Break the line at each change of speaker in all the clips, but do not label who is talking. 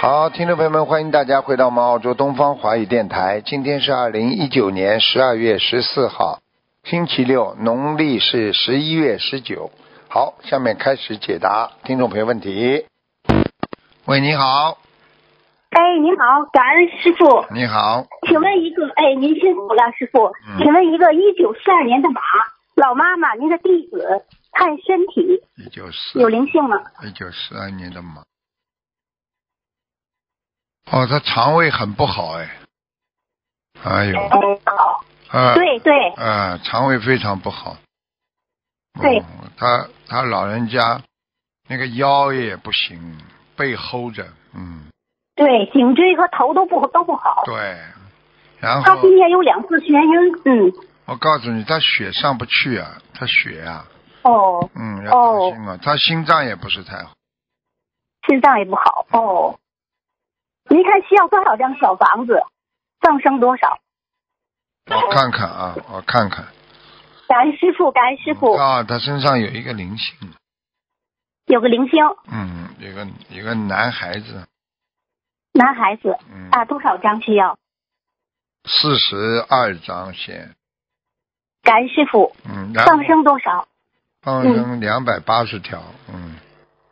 好，听众朋友们，欢迎大家回到我们澳洲东方华语电台。今天是二零一九年十二月十四号，星期六，农历是十一月十九。好，下面开始解答听众朋友问题。喂，你好，
哎，您好，感恩师傅，
你好，
请问一个，哎，您辛苦了，师傅
嗯，
请问一个一九四二年的马老妈妈，您的弟子看身体
一九四
有灵性吗？
一九四二年的马。哦，他肠胃很不好哎，哎呦，啊、
好，
嗯
对对，
呃，肠胃非常不好。
对
嗯他他老人家那个腰也不行，背齁着，嗯，
对，颈椎和头都不都不好。
对。然
他
后
今天有两次眩晕，嗯，
我告诉你，他血上不去啊，他血啊，
哦，
嗯，要当心啊。他心脏也不是太好，
心脏也不好，哦。您看需要多少张小房子？放生多少？
我看看啊，我看看。
感恩师傅，感恩师傅，
啊，他身上有一个灵性，
有个灵性
嗯，有个有个男孩子，
男孩子
嗯，
啊，多少张需要？
四十二张先，
感恩师傅，
嗯，然后
放生多少？
放
嗯
生两百八十条，嗯。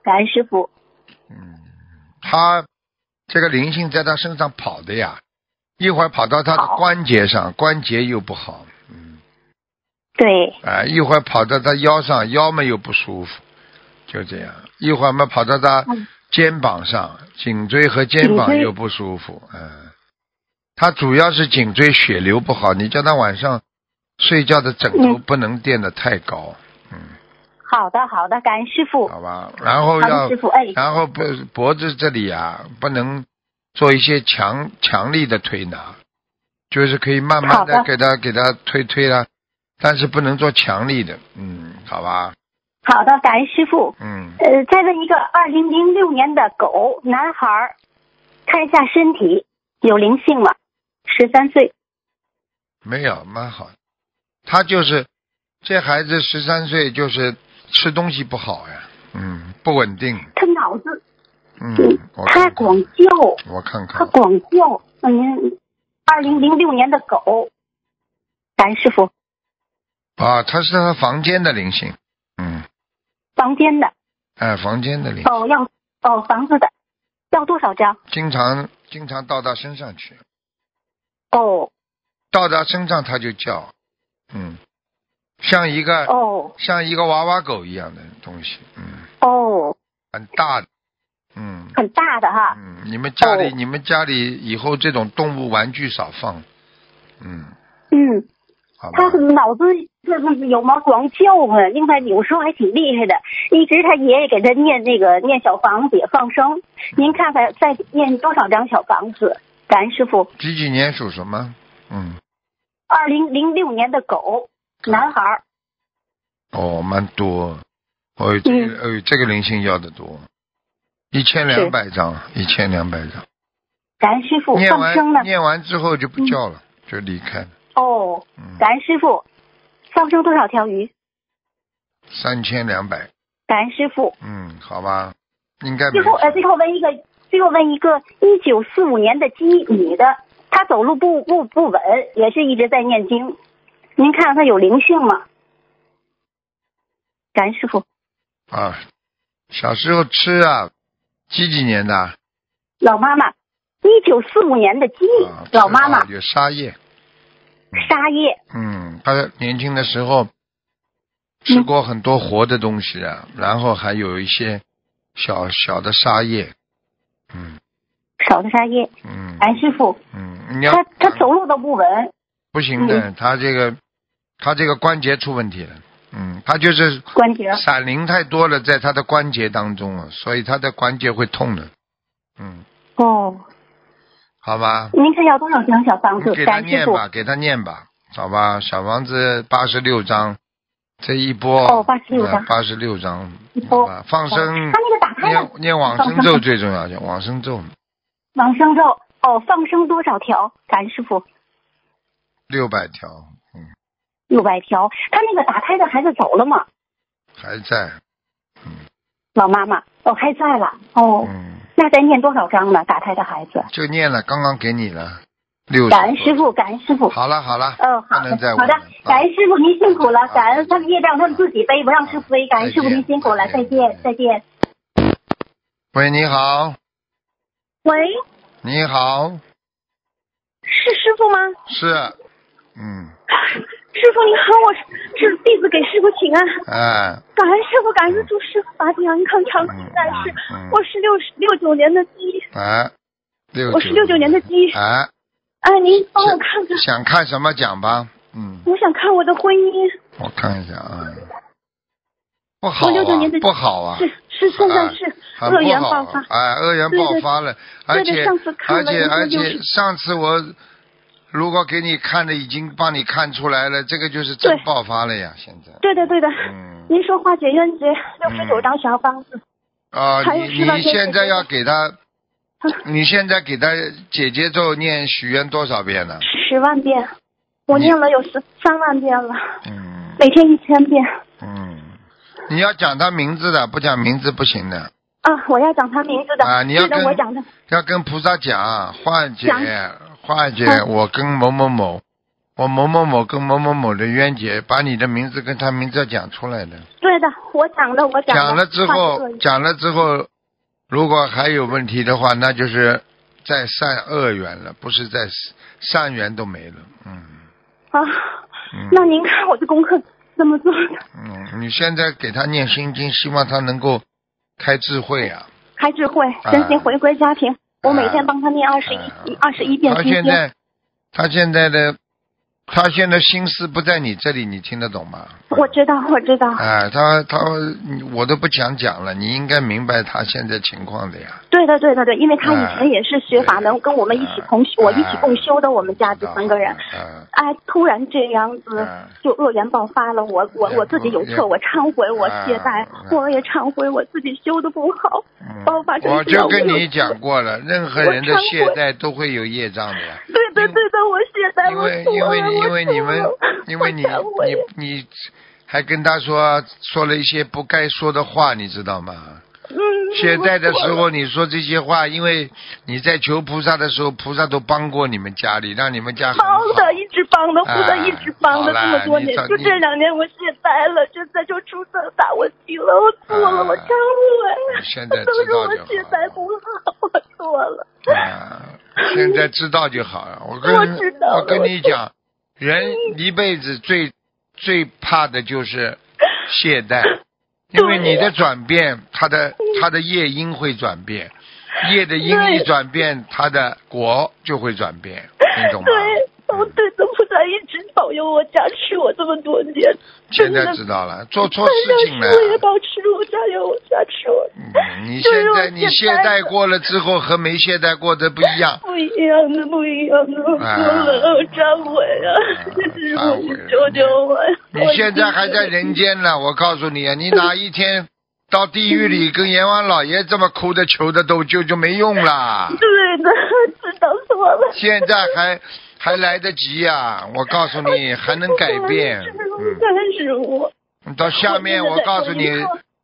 感恩师傅。
嗯，他这个灵性在他身上跑的呀，一会儿跑到他的
好
关节上，关节又不好，嗯，
对，
啊、一会儿跑到他腰上，腰嘛又不舒服，就这样，一会儿嘛跑到他
嗯
肩膀上，颈椎和肩
颈
膀
椎
又不舒服，嗯，他主要是颈椎血流不好，你叫他晚上睡觉的枕头
嗯
不能垫得太高，
好的好的，感恩师傅，
好吧，然后
感
要
恩师傅， 哎，
然后脖脖子这里啊，不能做一些强强力的推拿，就是可以慢慢
好
的
的
给他给他推推啦，但是不能做强力的，嗯，好吧，
好的，感恩师傅。
嗯，
呃，再问一个，二零零六年的狗男孩儿，看一下身体有灵性吗？十三岁，
没有，蛮好。嗯他就是这孩子十三岁，就是吃东西不好呀，嗯，不稳定，
他脑子，
嗯，我
他
看
光
看，
叫，
我看
他
看，
光叫。嗯，二零零六年的狗，感恩师傅，
啊，他是他房间的灵性，嗯，
房间的
哎，房间的灵性，
哦，要哦房子的，要多少张？
经常经常到他身上去。
哦
到他身上他就叫，嗯，像一个、
哦
像一个娃娃狗一样的东西，嗯，
哦，
很大的，嗯
很大的哈，
嗯，你们家里、
哦
你们家里以后这种动物玩具少放，嗯，
嗯。
好吧
他，脑子就是有毛光叫唤，啊另外有时候还挺厉害的。一直他爷爷给他念那个念小房子也放生，您看看再念多少张小房子？感恩师傅。
几几年属什么？嗯，
二零零六年的狗，男孩儿，
哦，蛮多，哦，这个、
嗯
哦，这个灵性要的多，一千两百张，一千两百张，
感恩师傅
念
放生呢
完？念完之后就
嗯
不叫了，就离开了，
哦，
嗯，
感恩师傅，放生多少条鱼？
三千两百，
感恩师傅。
嗯，好吧，应该没
最后呃，
事。
最后问一个，最后问一个，一九四五年的鸡女的，她走路不不不稳，也是一直在念经。您看她有灵性吗？感恩师傅，
啊，小时候吃啊，几几年的啊？
老妈妈，一九四五年的鸡，
啊
老妈妈
吃啊，有沙叶。
沙叶，
嗯，他年轻的时候吃过很多活的东西啊，然后还有一些小小的沙叶。嗯
少的沙叶。
嗯
感恩师傅，
嗯，你要
她她走路都不稳，
不行的，他这个他这个关节出问题了。嗯，他就是
关节
闪灵太多了，在他的关节当中啊，所以他的关节会痛的。嗯，
哦。
好吧。
您看要多少张小房子
你？给他
感恩师
念
傅。
吧，给他念吧，好吧？小房子八十六章，这一波
哦86章
八十六章，
一波
好吧啊放生
哦他那个打开
念
了
念往生咒最重要，往生咒
往生咒，哦，放生多少条？感恩师傅。
六百条，嗯，
六百条。他那个打胎的孩子走了吗？
还在，
老妈妈，哦，还在了。哦，
嗯，
那再念多少章呢？打胎的孩子。
就念了，刚刚给你了六十。
感恩师傅，感恩师傅。
好了好了，
哦
嗯，好
不能再
的，
问
好
了
的，感恩师傅您辛苦了
好，
感恩他们业障他们自己背，不让师傅背，感恩
再
师傅
见
您辛苦了，
再
再
见
见，再见。
喂，你好，
喂，
你好，
是师傅吗？
是，嗯，
师傅你好，我是是弟子给师傅请安，
哎，
感恩师傅，感恩祝师傅法体安康，长
嗯
期在世
嗯嗯。
我是六十六九年的鸡，
哎，六
我是六九年的鸡。
哎，
哎，您帮我看看，
想看什么讲吧，嗯，
我想看我的婚姻
我看一下啊，不好
我69
啊
年的，
不好啊，
是是现在是
很
恶缘
不好
爆
啊
发，，
哎，恶缘
对
爆
的
发了，
对
而
的
且
上次看
而
了
且
一个
而且
60
上次我如果给你看的已经帮你看出来了，这个就是真
对
爆发了呀，现在。
对的对的。
嗯
您说化解冤结六十九张小房子，
啊、
还有
你
是吧
你
先
现
解
在
决
要给他，
嗯
你现在给他姐姐咒念许愿多少遍呢？
十万遍，我念了有十三万遍了，
嗯
每天一千遍。
嗯，你要讲他名字的，不讲名字不行的，
啊，我要讲他名字的，
啊你要
记得
跟
我讲的。
要跟菩萨讲，化解化解
嗯
我跟某某某，我某某某跟某某某的冤结，把你的名字跟他名字要讲出来的。
对的，我讲的，我讲的。
讲了之
换
后
一个，
讲了之后，如果还有问题的话，那就是在善恶缘了，不是在善缘都没了。嗯
啊，
嗯。
那您看我的功课怎么做的？
嗯，你现在给他念心经，希望他能够开智慧啊。
开智慧
啊，
真心回归家庭。我每天帮他念二十一
嗯
二十一遍
他
心
现
经。
在，他现在的，他现在心思不在你这里，你听得懂吗？
我知道，我知道，
啊，他他我都不想讲了，你应该明白他现在情况的呀。
对的，对的，对，因为他
嗯
以前也是学法门，
对
跟我们一起同修，
嗯
我一起共修的，我们家这三个人。
嗯
哎，突然这样子
嗯
就恶缘爆发了，我我
也
我自己有
也
错，我忏悔，我懈怠
嗯，
我也忏悔我自己修的不好，
嗯
爆哦发成
我
这样
就跟
我有
你讲过了，任何
我
人的
忏
懈
悔
怠都会有业障的呀。
对的，对的，我懈怠，
因
我
为
错
因为
了，
你因为
我
你
错
们
了
因为你
我忏悔
你你还跟他说说了一些不该说的话，你知道吗？
嗯，
现在的时
我错了
候你说这些话，因为你在求菩萨的时候，菩萨都帮过你们家里，让你们家很啊好。
帮的一直帮的，
哎
护的一直帮
好
的，这
啦
么多年
你早，
就这两年我懈怠了，现在就出生打我急了，我错了，
哎
我忏悔，
你现在知
都是
道
我
就好
懈怠不好，我错了，
啊，现在知道就好了。我跟
我知道了
我跟你讲，人一辈子最最怕的就是懈 怠，因为你的转变，它的它的业因会转变，业的因一
对
转变，它的果就会转变，你懂吗？
对。我
嗯
对的菩萨一直保佑我、加持我这么多年，
现
真
在
的
知道了，做错
但
事
是
情了。
我也保持我、加油我、加持我，
嗯你
就
现
是我
在你懈怠过了之后和没懈怠过的不一样。
不一样的，不一样的，我错了，我忏悔啊
啊！
就是
忏
我，
悔
你
了
救救我！
你
我
现在还
真
在
的
人间呢，我告诉你啊，你哪一天到地狱里跟阎王老爷这么哭的求的都就就没用 啦。
对的，知道错了。
现在还还来得及呀、我告诉 你还能改变。嗯，
但是我
你到下面我告诉你，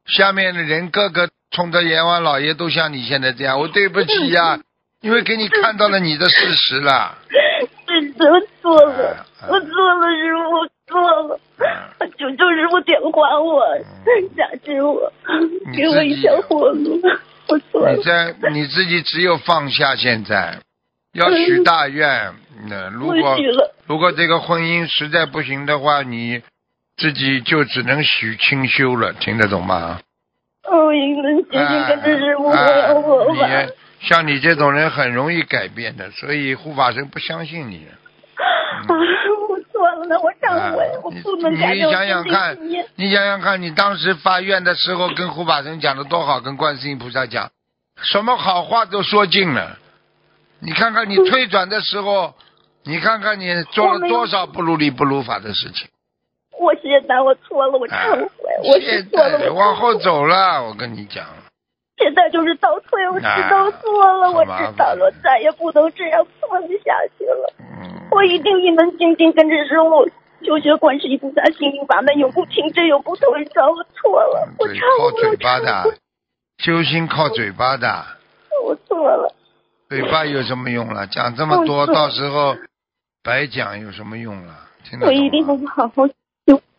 下面的人个个冲着阎王老爷都像你现在这样，我对不起呀、因为给你看到了你的事实了。
真的我错了，
哎哎
我错了，师傅，我错了。求求师傅点化我，加持我，
你
给我
自
一
己
条活路。我错了
你，在你自己只有放下，现在要许大愿。那如
我
果
许了。
如果这个婚姻实在不行的话，你自己就只能许清修了，听得懂吗？
哦，应该紧紧跟着师傅，我
哎
要我吧。
你像你这种人很容易改变的，所以护法神不相信你。
啊，我错了，我忏悔
哎，
我
你
不能改
你
变我
想想
自己的
看
信念。，
你想想看，你当时发愿的时候跟护法神讲的多好，跟观世音菩萨讲，什么好话都说尽了。你看看你退转的时候，你看看你做
我
了
没有
多少不如理不如法的事情。
我懈怠，我错了，我
哎
忏悔，我是
现
错了，
在
我
往后走了，我跟你讲，
现在就是倒退，我知道错了，
哎
我知道了，我再也不能这样错不下去了。
嗯，
我一定一门精进跟着师傅，求学观世音菩萨心灵法门，永不停止，永不退转。我错了，我
嗯对，
忏
靠
悔，
嘴
我
巴
忏
的
悔，，
修心靠嘴巴的，
我错了。
嘴巴有什么用了？讲这么多，
我错
到时候白讲有什么用了？听得
我一定
懂
会
吗？
好好修。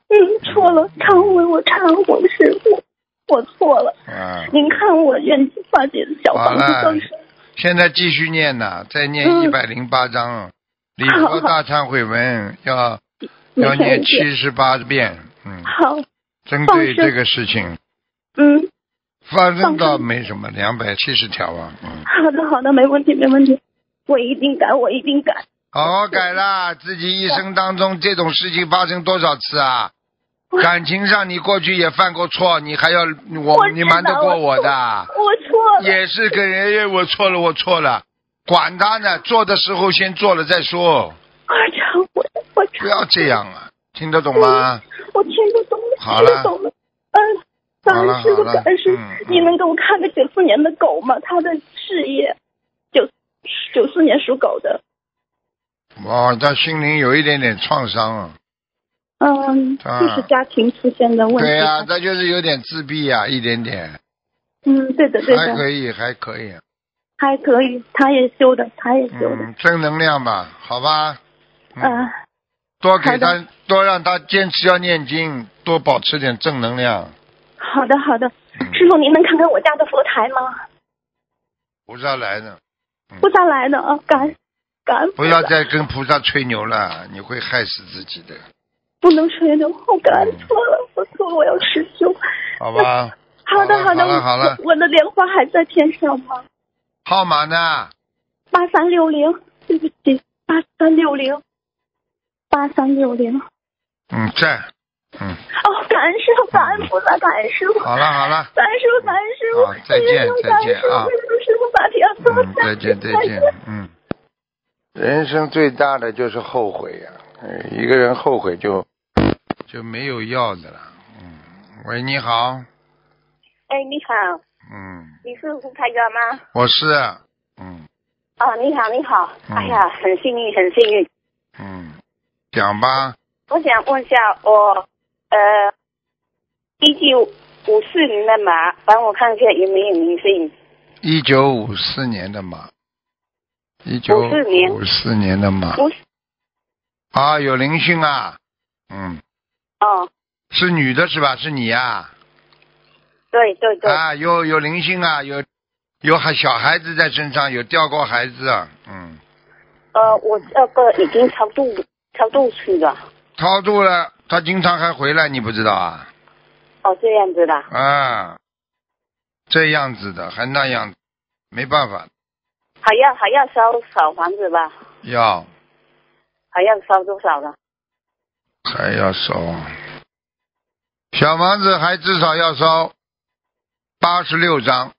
嗯，错了，忏悔，我忏悔，师傅，我错了。
啊，
您看我愿化解小
好
房子
了
更是，
现在继续念呐，再念一
嗯
百零八章，礼佛大忏悔文要要念七十八遍，嗯，
好，
针对
放生
这个事情，
嗯，
放生倒
放生
没什么，两百七十条啊，嗯，
好的，好的，没问题，没问题，我一定改，我一定改。
好好改 啦，自己一生当中这种事情发生多少次啊？感情上你过去也犯过错，你还要我
我
你瞒得过我
知
的？
我错了，
也是跟人家我错了，我错了，管他呢，做的时候先做了再说，
我忏悔，我忏
不
悔，
要这样啊，听得懂吗？
我听得懂，
好
听
了
得懂了，嗯。感
好了
恩师傅，
好了
感恩师
嗯嗯
傅，你能给我看个九四年的狗吗？他的事业，九九四年属狗的，
哦，他心灵有一点点创伤啊，
嗯，
啊
就是家庭出现的问题。
对呀、他就是有点自闭呀、一点点，
嗯，对的，对
还
的，
可以，还可以，
还可以，他也修的，他也修的，
嗯，正能量吧，好吧，嗯，
嗯，
多给
好
他，多让他坚持要念经，多保持点正能量。
好的，好的，
嗯
师傅，您能看看我家的佛台吗？
菩萨来了，
不萨来的啊，感恩感恩
不
菩萨
要再跟菩萨吹牛了，你会害死自己的，
不能吹牛，我感恩错了，我错了，我要持修。
好吧？
好的，
好了好
的，
了好了
我我的莲花还在天上吗？
号码呢？
八三六零，对不起，八三六零，八三六零。
嗯，在。嗯，
哦，感恩师傅，感恩菩萨，感恩师傅。
好了好了，
感恩师傅，感恩师傅
好，再见
感恩
再见
师傅
啊
感恩师傅法体安康
嗯，再 见再见，嗯。人生最大的就是后悔呀、呃一个人后悔就就没有要的了。嗯，喂，你好，
哎，你好，
嗯，
你是胡台哥吗？
我是，嗯
哦，你好，你好，
嗯
哎呀，很幸运，很幸运。
嗯，讲吧，
我想问一下，我呃，一九五四年的马，帮我看一下有没有灵性。
一九五四年的马，一九
54年
五四年的马
不是
啊，有灵性啊，嗯，
哦，
是女的是吧？是你呀、
对对对，
啊，有有灵性啊，有有孩小孩子在身上，有掉过孩子啊，嗯，
呃，我这个已经超度超度去了。
超度了，他经常还回来，你不知道啊？
哦，这样子的。
啊，这样子的，还那样，没办法，
还要还要烧小房子吧？
要
还要烧多少呢？
还要烧小房子，还至少要烧八十六张，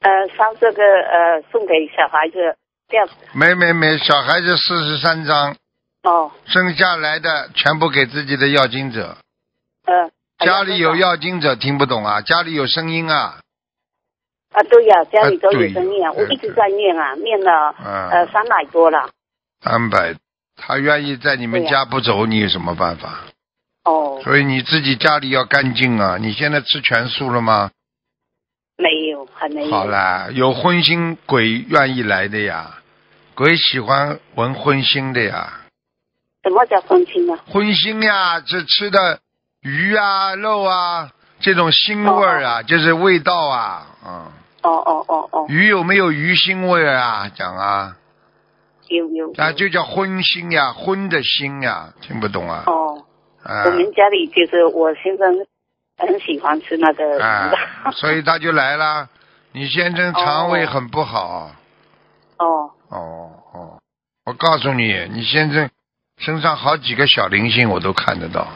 呃，烧这个呃送给小孩子这样子
没没没，小孩子四十三张，
哦，
生下来的全部给自己的要经者，
呃，还
家里有
多少
要经者听不懂啊，家里有声音啊。
啊？对呀、家里
啊
都有
对呀
生意啊，我
对
一直在念啊，念了呃
嗯，
三百多了。
三百，他愿意在你们
对呀
家不走，你有什么办法？
哦，
所以你自己家里要干净啊！你现在吃全素了吗？
没有，还没有。
好啦，有荤腥鬼愿意来的呀，鬼喜欢闻荤腥的呀，
什么叫啊分清呢？
荤腥呀，这吃的鱼啊、肉啊，这种腥味儿啊，就是味道啊，嗯，
哦哦哦哦，
鱼有没有鱼腥味儿啊？讲啊，
有有。
啊，就叫荤腥呀，荤的腥呀，听不懂啊？
哦，
啊
我。们家里就是我先生很喜欢吃那个鱼
啊
吧。，
所以他就来了。你先生肠胃很不好，
哦
哦哦我告诉你，你先生身上好几个小灵性我都看得到，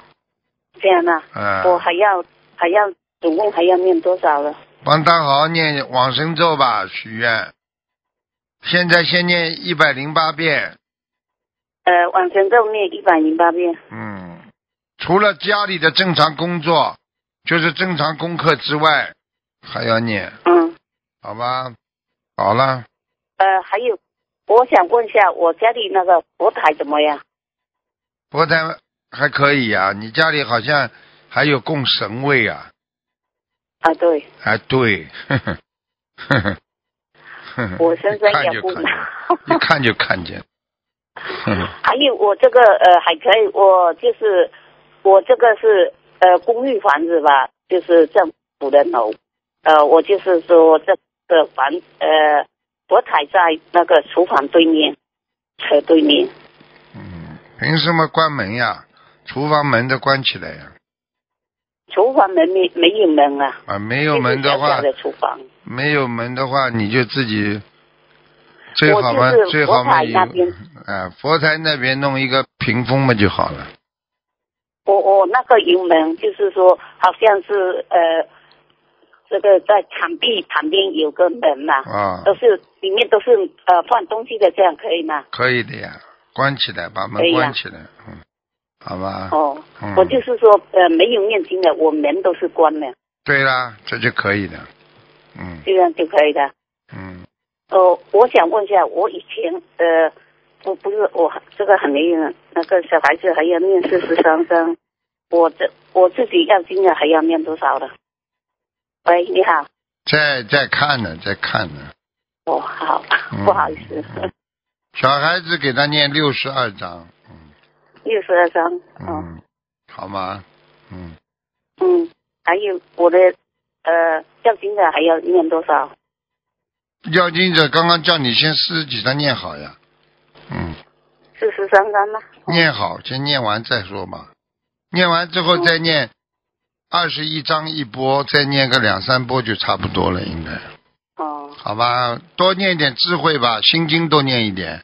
这样啊，
啊，
我还要还要总共还要念多少了？
帮他好好念往生咒吧，许愿。现在先念一百零八遍，
呃，往生咒念一百零八遍。
嗯，除了家里的正常工作，就是正常功课之外，还要念，
嗯，
好吧？好了，
呃，还有，我想问一下，我家里那个佛台怎么样？
佛台还可以啊，你家里好像还有供神位啊，哎
啊，对，
啊对，呵呵呵呵，
我身上
看就
也不
看见，一看就看见。嗯
还有我这个呃还可以，我就是我这个是呃公寓房子吧，就是政府的楼，呃，我就是说这个房呃，我踩在那个厨房对面，车对面，
嗯，凭什么关门呀？厨房门都关起来呀！
厨房门没没有门啊，
啊，没有门
就
的
是小
话
小，的厨房，
没有门的话，你就自己最好嘛
我就，是
最好嘛
佛台那边，
啊，佛台那边弄一个屏风嘛就好了。
我我那个油门就是说好像是呃，这个在墙壁旁边有个门嘛、
啊，
都是里面都是呃放东西的，这样可以吗？
可以的呀，关起来，把
可
门
以呀
关起来，嗯，好吧。
哦，
嗯
我就是说呃没有念经的，我门都是关的，
对啦，这就可以的，嗯
这样就可以的。
嗯，
哦，我想问一下，我以前呃，我不是我这个很没用，嗯那个小孩子还要念四十三章，我这我自己要经的还要念多少了？喂，你好。
再再看呢，再看呢。
哦，好
嗯，
不好意思，
小孩子给他念六十二章，
六十二张，哦，
嗯，好吗？嗯，
嗯，还有我的呃，要经的还要念多少？
要经者刚刚叫你先四十几章念好呀，嗯，
四十三张吗？
念好先念完再说嘛，念完之后再念二十一章一波，再念个两三波就差不多了，应该。
哦，
好吧，多念一点智慧吧，心经多念一点。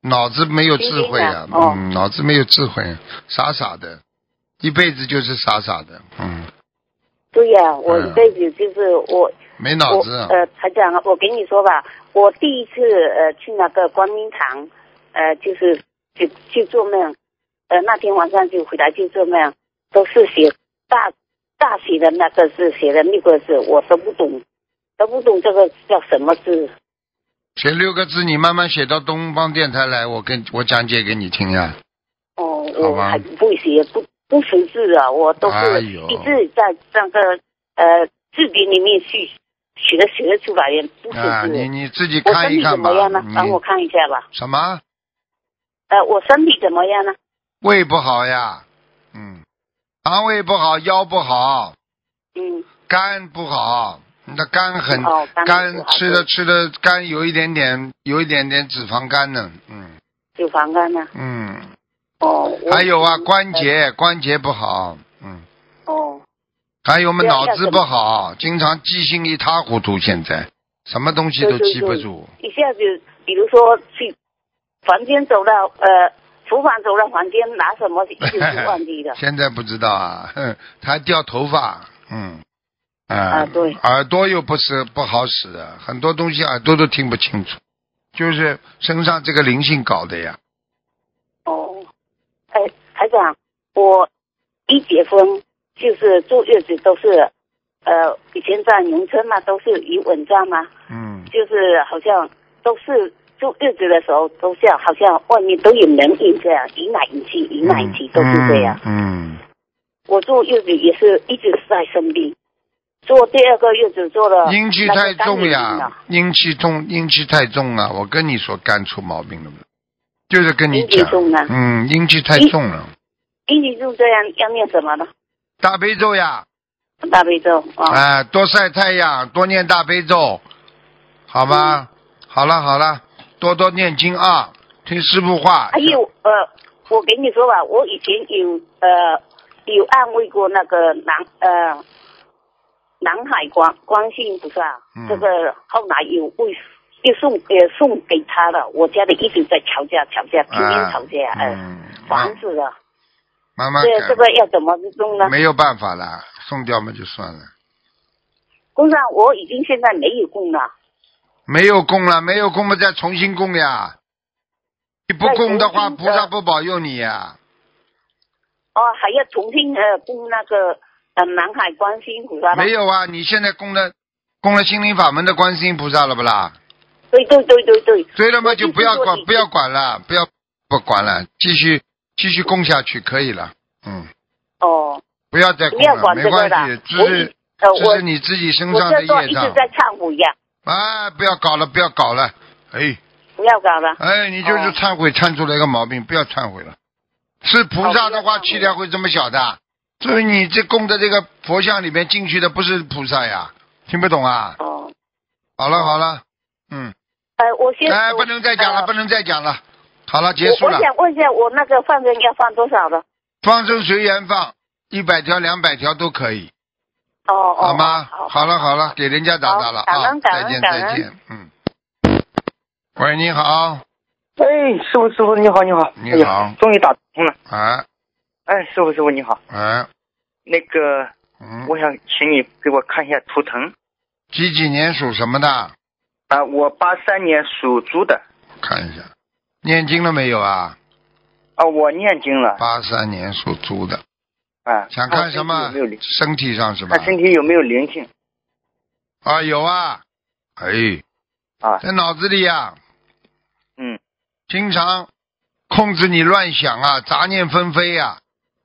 脑子没有智慧啊，
心经啊哦
嗯，脑子没有智慧，傻傻的，一辈子就是傻傻的，嗯，
对呀、我
嗯
一辈子就是我
没脑
我
子啊，
呃，台长啊，我跟你说吧，我第一次呃去那个光明堂，呃，就是去去做梦，呃，那天晚上就回来去做梦，都是写大大写的那个字，写的六个字，我都不懂，都不懂这个叫什么字。
写六个字，你慢慢写到东方电台来，我跟我讲解给你听呀、
哦，
好
我
吧
还不会写，不不识字啊，我都
哎
是
呦
一直在那个呃字典里面去学学出来的，不识
啊。
字。
你你自己
我
看
身
一
体怎
看吧嗯
么样呢？帮我
你
看一下吧。
什么
呃，我身体怎么样呢？
胃不好呀？嗯，肠胃不好，腰不好，
嗯，
肝不好，你的肝很
哦，
嗯
肝
肝吃的
的
吃的肝有一点点，有一点点脂肪肝呢，嗯
脂肪肝呢？
嗯，
哦，我呃
还有啊关。节关节不好，嗯，
哦，
还有我们
对啊
脑
要
子
怎
不
么
好，经常记性一塌糊涂，现在什么东西都
对对
记不
对
住，。
一下子，比如说去房间走到呃厨房走到房间拿什么就是忘记的
现在不知道啊， 哼，他还掉头发，嗯。啊
啊对
耳朵又不是不好使的，很多东西耳朵都听不清楚，就是身上这个灵性搞的呀。
哦，哎，台长，我一结婚就是坐月子都是，呃，以前在农村嘛，都是以稳账嘛，
嗯，
就是好像都是坐月子的时候都像好像外面都有人影这样，迎来迎去，迎来迎去都是这样。
嗯。嗯
我坐月子也是一直在生病，做第二个月子做了
阴气
啊那个啊
太
肝
重
炎了
呀，阴气重，阴气太重了。我跟你说，肝出毛病了，就是跟你
阴气
讲
重啊，
嗯，阴气太
阴
重了。
阴气就这样，要念什么呢？
大悲咒呀，
大悲咒啊，
哎，多晒太阳，多念大悲咒，好
嗯
吧？好了好了，多多念经啊，听师傅话
还。有呃，我给你说吧，我以前有呃有安慰过那个南呃南海观观世音菩萨，
嗯
啊这个后来有为又送呃送给他了，我家里一直在吵架吵架，天天
啊
吵架，嗯，
嗯，
烦死了，
慢慢
这这
改，
个要怎么弄呢？
没有办法了，送掉嘛就算了。
工上我已经现在没有供了，哦
没有供了，没有供嘛，再重新供呀。你不
再
供的话，
重新
菩萨
呃
不保佑你呀。
哦，还要重新呃供那个呃南海观世音菩萨吧
没？有啊，你现在供了供了心灵法门的观世音菩萨了不啦？
对对对对对，
对了嘛，就不要
我
管
就是说你
不要管了，不要不管了，继续继续供下去可以了，嗯，
哦，
不要再
不
供
要
了，
管
没
这个
关
了
系，，只
我已
是
呃
只
我
是你自己身
我
上的
这段
业
一
障
直在忏悔呀，
啊，不要搞了，不要搞了，哎
不要搞了。
哎，你就是
哦
忏悔忏出来一个毛病，不要忏悔了。是菩萨的话，
哦不要忏悔
气量会这么小的，所以你这供的这个佛像里面进去的不是菩萨呀，听不懂啊？
哦，
好了好了，嗯，
呃，我先
哎，不能再讲了，
呃
不能再讲了，好了，结束
我
了
我。想问一下，我那个放生要放多少的？
放生随缘放，一百条、两百条都可以，
哦哦，
好吗？
好，
好了好了，给人家打打了
好感
啊
恩！感
再
恩
见
感恩
再见，嗯。喂，你好，
哎，师傅，师傅你好，你好，
你
哎呀
好
终于打通了。
哎
哎，师傅，师傅你好，
哎，
那个
嗯，
我想请你给我看一下图腾
几几年属什么的？
啊，我八三年属猪的
看一下，念经了没有啊？
啊，我念经了
八三年属猪的，
啊，
想看什么
我身体有没有灵？？
身体上是吧
看？身体有没有灵性
啊，有啊，哎，
啊？
在脑子里呀、
嗯，
经常控制你乱想啊，杂念纷飞啊呀、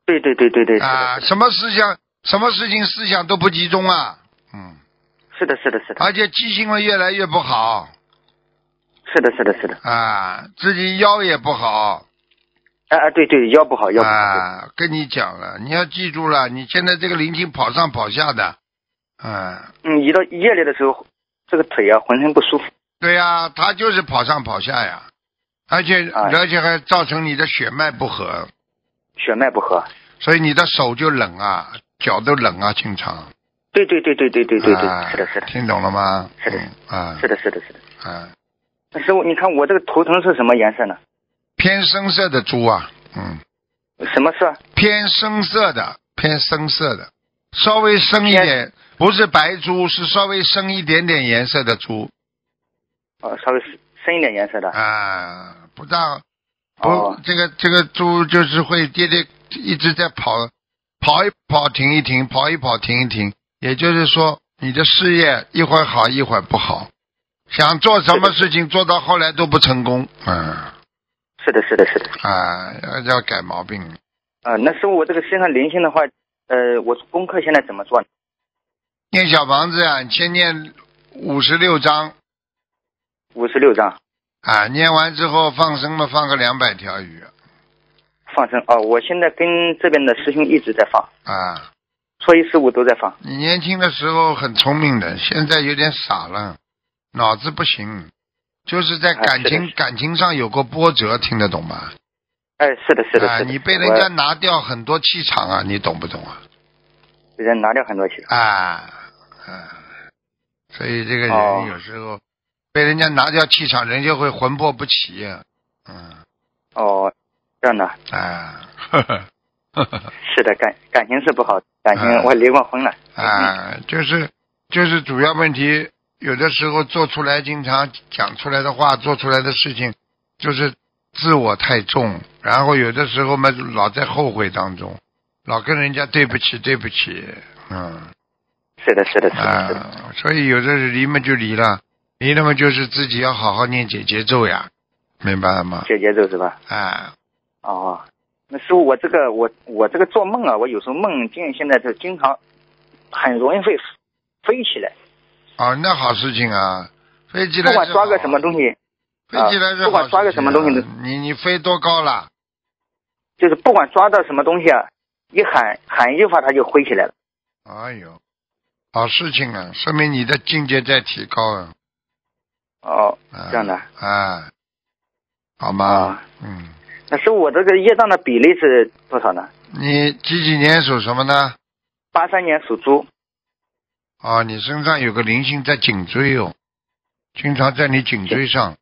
对对对对对，是的
啊，什么思想、什么事情思想都不集中啊，嗯，
是的，是的，是的，
而且记性会越来越不好
是的，是的，是的，
啊，自己腰也不好
啊啊，对对，腰不好，腰不好，
啊，跟你讲了，你要记住了，你现在这个灵性跑上跑下的，啊，
对嗯，一到夜里的时候，这个腿啊浑身不舒服，
对呀、它就是跑上跑下呀，而且、
哎
而且还造成你的血脉不和，
血脉不和，
所以你的手就冷啊，脚都冷啊，经常。
对对对对对对对
啊
对，是的，是的，
听懂了吗？
是的
嗯啊
是的，是的，是的。
啊，
师傅，你看我这个图腾是什么颜色呢？
偏深色的猪啊，嗯。
什么色？
偏深色的，偏深色的，稍微深一点，不是白猪，是稍微深一点点颜色的猪
呃，稍微深深一点颜色的。
啊，不大不、
哦，
这个这个猪就是会跌跌，一直在跑，跑一跑停一停，跑一跑停一停，也就是说你的事业一会儿好一会儿不好，想做什么事情做到后来都不成功，啊
是的，是的，是的。
啊，要要改毛病。
啊、那师傅，我这个身上灵性的话，呃，我功课现在怎么做呢？
念小房子啊，你先念五十六章。
五十六张
啊，念完之后放生嘛，放个两百条鱼
放生。哦，我现在跟这边的师兄一直在放，
啊。
初一十五都在放。
你年轻的时候很聪明的，现在有点傻了，脑子不行，就是在
啊
感
是的
情、
是的
感情上有过波折，听得懂吗？
哎，是的，是的，
啊，
是的。
你被人家
我
拿掉很多气场啊，你懂不懂啊？
被人拿掉很多钱。
啊啊，所以这个
哦
人有时候被人家拿掉气场，人就会魂魄不齐啊。嗯
哦，这样的，
啊， 呵呵呵呵。
是的，感感情是不好，感情、
啊
我离过婚了。
啊，就是就是主要问题，有的时候做出来，经常讲出来的话，做出来的事情，就是自我太重，然后有的时候嘛，老在后悔当中，老跟人家对不起，对不起，嗯
是的，是的，是的，是的。
啊，所以有的离嘛就离了，离了嘛就是自己要好好念解节奏呀，明白了吗？
解节奏是吧？
啊，
哦，那师傅，我这个我我这个做梦啊，我有时候梦境现在就经常很容易会飞起来，
哦，那好事情啊，飞机来
不管
是
抓个
好
什么东西，
飞机来是
啊不管
好
抓
事
个
情
什么东西
啊
都
你你飞多高了？
就是不管抓到什么东西啊，一喊喊一句话它就挥起来了。
哎呦，好事情啊，说明你的境界在提高啊。
哦，
啊
这样的
啊，好吗？
啊
嗯，
那师傅，我这个业障的比例是多少呢？
你几几年属什么呢？
八三年属猪，
哦，你身上有个灵性在颈椎哦，经常在你颈椎上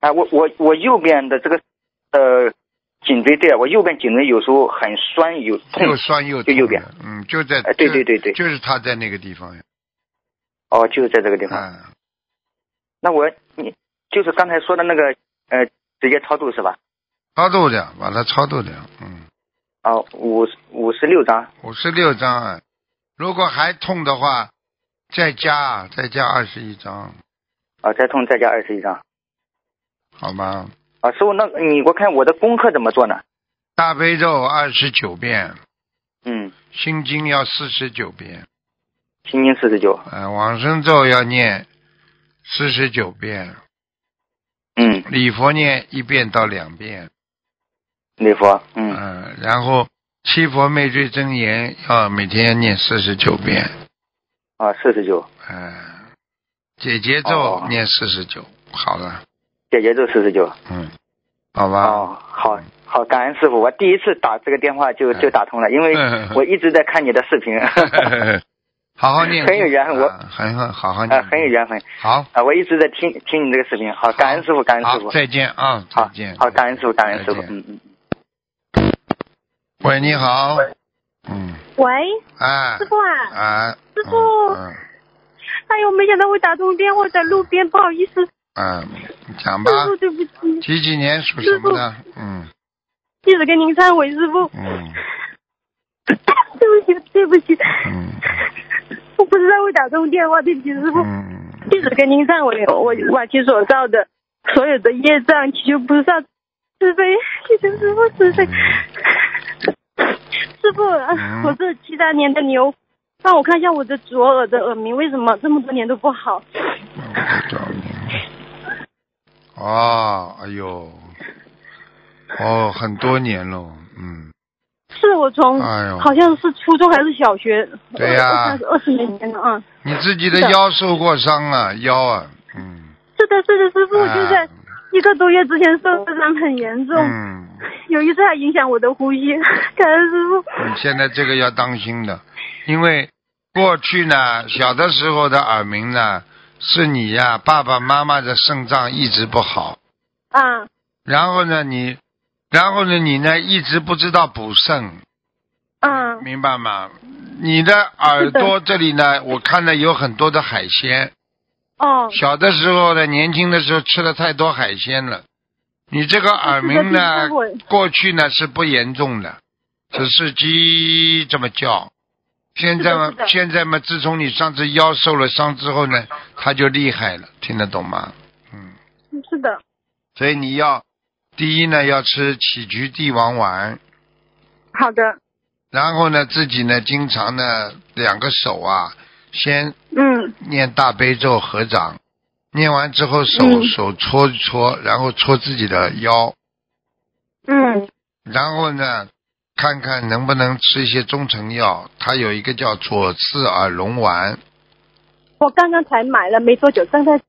啊，我我我右边的这个呃颈椎这儿，我右边颈椎有时候很酸有痛
又，酸又
就
痛的
右边，
嗯，就在
哎对
就
对对对
就是他在那个地方呀，
哦，就是在这个地方。
啊，
那我你就是刚才说的那个呃，直接超度是吧？
超度掉，把它超度掉，嗯，
哦，五十五十六张，
五十六张啊，如果还痛的话，再加啊再加二十一张，
啊，再痛再加二十一张。
好吗？
啊，师傅，那你我看我的功课怎么做呢？
大悲咒二十九遍，
嗯，
心经要四十九遍，
心经四十九，
呃，往生咒要念四十九遍，
嗯，
礼佛念一遍到两遍，
礼佛，嗯，
嗯，然后七佛灭罪真言要每天要念四十九遍，
啊，四十九，
嗯，解结
哦
咒念四十九，好了，
解决咒四十九。
嗯，好吧，
哦，
嗯
好好，感恩师傅，我第一次打这个电话就就打通了，因为
嗯
我一直在看你的 视频，啊，
好好念经，
很有缘我
啊很好，好好念，
很有，缘分
好，
啊，我一直在听听你这个视频，好，感恩师傅，感恩师
好，
傅，
再见啊，再
好
见，，
好，感恩师傅，感恩师傅，
再见
嗯嗯。
喂，你好，嗯，
喂，
哎
师，傅啊，
啊，
师傅
嗯，
哎呦，没想到会打通电话，在路边，不好意思，师
嗯，嗯讲吧，
傅，对不起，
几几年属什么的？嗯
弟子跟您忏悔，师傅，
嗯
对不起，对不起，
嗯
我不知道会打通电话，对不起，师傅，
嗯，
弟子跟您忏悔，我我其所造的所有的业障，祈求菩萨慈悲，祈求师傅慈悲，师傅
嗯，
我是七三年的牛，帮我看一下我的左耳的耳鸣，为什么这么多年都不好？
我不找你。哦，哎呦，哦，很多年喽，嗯，
是我从
哎呦
哦好像是初中还是小学，
对呀
二二十年前了啊。
你自己的腰受过伤了，腰啊，嗯，
是的，是的，师傅，
啊
就在一个多月之前受的伤很严重，
嗯，
有一次还影响我的呼吸。感恩师傅，
你嗯现在这个要当心的，因为过去呢，小的时候的耳鸣呢，是你呀、爸爸妈妈的肾脏一直不好，
啊，
然后呢，你，然后呢，你呢一直不知道补肾，
嗯，
明白吗？你的耳朵这里呢，我看了有很多的海鲜。
哦，
小的时候呢，年轻的时候吃了太多海鲜了，你这个耳鸣呢
是的是的我，
过去呢是不严重的，只是鸡这么叫。现在嘛
是的是，的
现在嘛，自从你上次腰受了伤之后呢，它就厉害了，听得懂吗？嗯，
是的，
所以你要第一呢要吃杞菊地黄丸，
好的，
然后呢，自己呢，经常呢，两个手啊，先
嗯，
念大悲咒合掌，念完之后手、
嗯
手搓一搓，然后搓自己的腰，
嗯，
然后呢，看看能不能吃一些中成药。它有一个叫左刺耳聋丸，
我刚刚才买了没多久，刚才吃，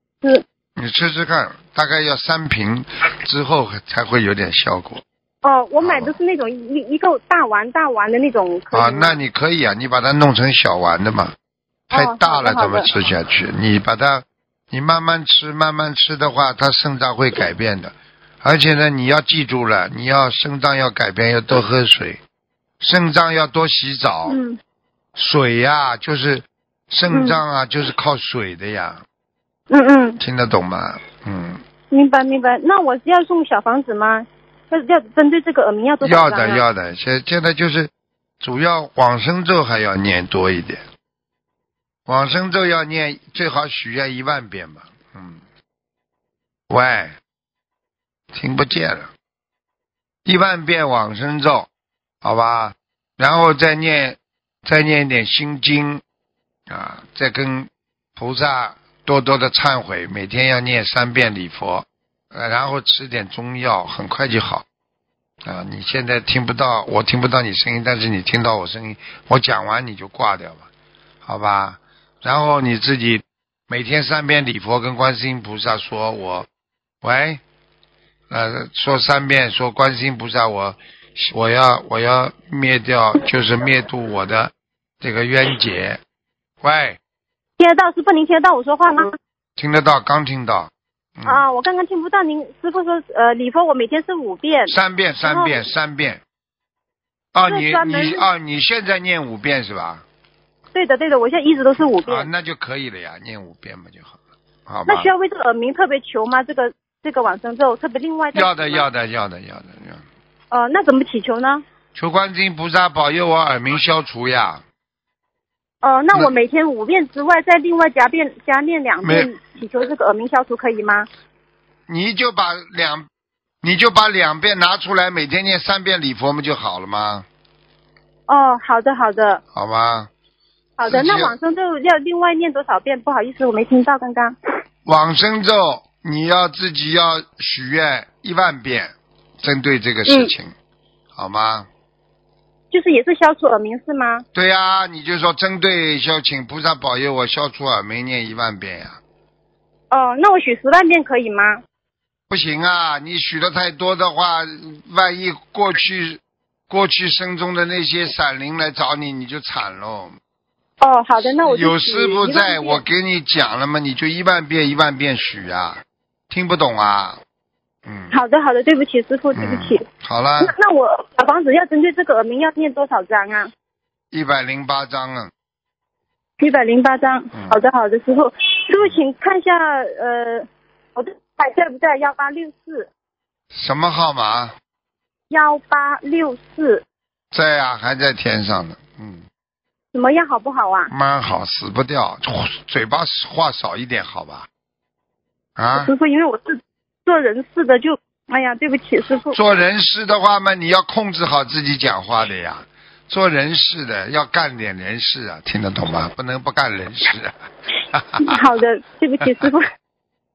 你吃吃看，大概要三瓶之后才会有点效果
哦，我买的是那种一一个大丸大丸的那种，可以
啊。
吗哦
那你可以啊，你把它弄成小丸的嘛，太大了
好的好的
怎么吃下去？你把它，你慢慢吃，慢慢吃的话，它肾脏会改变的。而且呢，你要记住了，你要肾脏要改变，要多喝水，肾脏要多洗澡。
嗯，
水呀、就是肾脏啊，就是靠水的呀，
嗯嗯，
听得懂吗？嗯，
明白明白。那我是要送小房子吗？要要针对这个耳鸣要多
要
少张、啊？
的要的，现现在就是主要往生咒还要念多一点，往生咒要念最好许愿一万遍嘛。嗯，喂，听不见了，一万遍往生咒，好吧，然后再念再念一点心经啊，再跟菩萨多多的忏悔，每天要念三遍礼佛，呃，然后吃点中药，很快就好。啊，你现在听不到，我听不到你声音，但是你听到我声音，我讲完你就挂掉吧，好吧？然后你自己每天三遍礼佛，跟观世音菩萨说我，喂，呃，说三遍，说观世音菩萨，我我要我要灭掉，就是灭度我的这个冤结。喂，
听得到师傅，您听得到我说话吗？
听得到？刚听到。嗯、，
啊，我刚刚听不到您师傅说，呃，礼佛我每天是五遍，
三遍，三遍，三遍。哦，
那
你
专门
你哦，你现在念五遍是吧？
对的对的，我现在一直都是五遍。
啊，那就可以了呀，念五遍嘛就好了，好吧？
那需要为这个耳鸣特别求吗？这个这个往生咒特别另外再
要的
求吗
要的要的要的要的，
呃，那怎么祈求呢？
求观世音菩萨保佑我耳鸣消除呀。
呃，那
那
我每天五遍之外，再另外加遍加念两
没
遍，祈求这个耳鸣消除可以吗？
你就把两，你就把两遍拿出来，每天念三遍礼佛不就好了吗？
哦，好的好的
好吧，
好的，
直接
那往生咒要另外念多少遍？不好意思，我没听到刚刚。
往生咒你要自己要许愿一万遍，针对这个事情，
嗯
好吗？
就是也是消除耳鸣是吗？
对呀、你就说针对消，请菩萨保佑我消除耳鸣，念一万遍呀、
哦，那我许十万遍可以吗？
不行啊，你许的太多的话，万一过去过去生中的那些闪灵来找你，你就惨喽。
哦，好的，那我就
有
许
师傅
1万
在，
遍
我给你讲了嘛，你就一万遍一万遍许啊，听不懂啊？嗯，
好的好的，对不起师傅，对不起。
嗯，好了
那，那我小房子要针对这个耳鸣要念多少张啊？
一百零八章啊了，
一百零八张
嗯。
好的，好的，师傅，师傅，请看一下，呃，我的还在不在？幺八六四，
什么号码？
幺八六四，
在啊，还在天上呢，嗯，
怎么样好不好啊？
蛮好，死不掉，嘴巴话少一点，好吧？啊，
师傅，因为我是做人事的，就哎呀，对不起，师傅。
做人事的话嘛，你要控制好自己讲话的呀。做人事的要干点人事啊，听得懂吗？不能不干人事、啊。
好 的，对不起，师傅。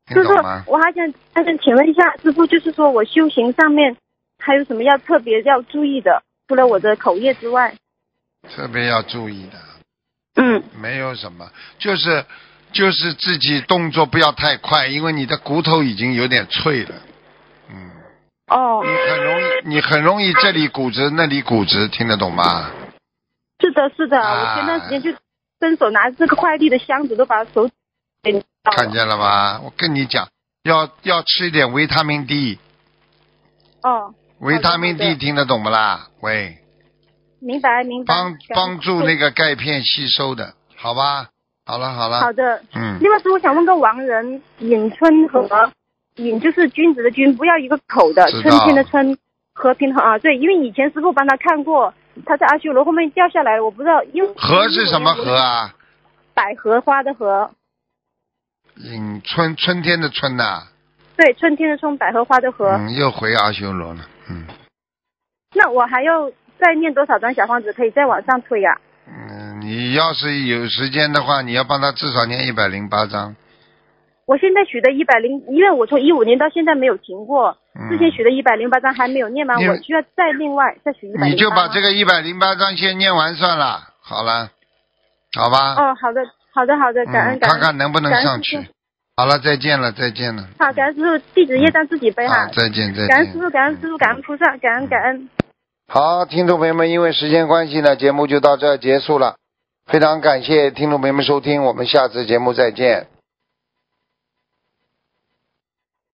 听
师傅
懂吗？，
我还想还想请问一下师傅，就是说我修行上面还有什么要特别要注意的？除了我的口业之外，
特别要注意的。
嗯，
没有什么，就是就是自己动作不要太快，因为你的骨头已经有点脆了。嗯，
哦
你，很容易，你很容易这里骨折那里骨折，听得懂吗？
是的，是的，
啊
我前段时间就伸手拿这个快递的箱子，都把手给拧到
看
了。
见了吗？我跟你讲，要要吃一点维他命 D，
哦，
维他命
好
D
的好的
听得懂不啦？喂。
明白明白。
帮
感
帮助那个
个。
钙片吸收的，好吧？好了好了，
好的。
嗯，
另外，师傅想问个王人尹春和尹就是君子的君，不要一个口的，
知
春
道
天的春，和平的和啊，对，因为以前师傅帮他看过，他在阿修罗后面掉下来，我不知道，因为
荷是什
嗯
么荷？啊？
百合花的荷，
嗯，春春天的春呐、
对，春天的春，百合花的荷。
嗯，又回阿修罗了，嗯
那我还要再念多少张小房子可以再往上推啊呀、
嗯，你要是有时间的话，你要帮他至少念一百零八章，
我现在许的一百零，因为我从一五年到现在没有停过，
嗯
之前许的一百零八张还没有念完，
你
我需要再另外再许一百零八。
你就把这个一百零八章先念完算了，好了，好吧？
哦，好的，好的，好的，感恩
嗯，看
感恩。
看能不能
感恩
上
师兄
去。好了，再见了，再见了。
好，感恩师傅，弟子业障自己背
好
哈，。
再见，再见。
感恩师傅，感恩师傅，感恩菩萨，感恩感恩。
好，听众朋友们，因为时间关系呢，节目就到这儿结束了。非常感谢听众朋友们收听，我们下次节目再见。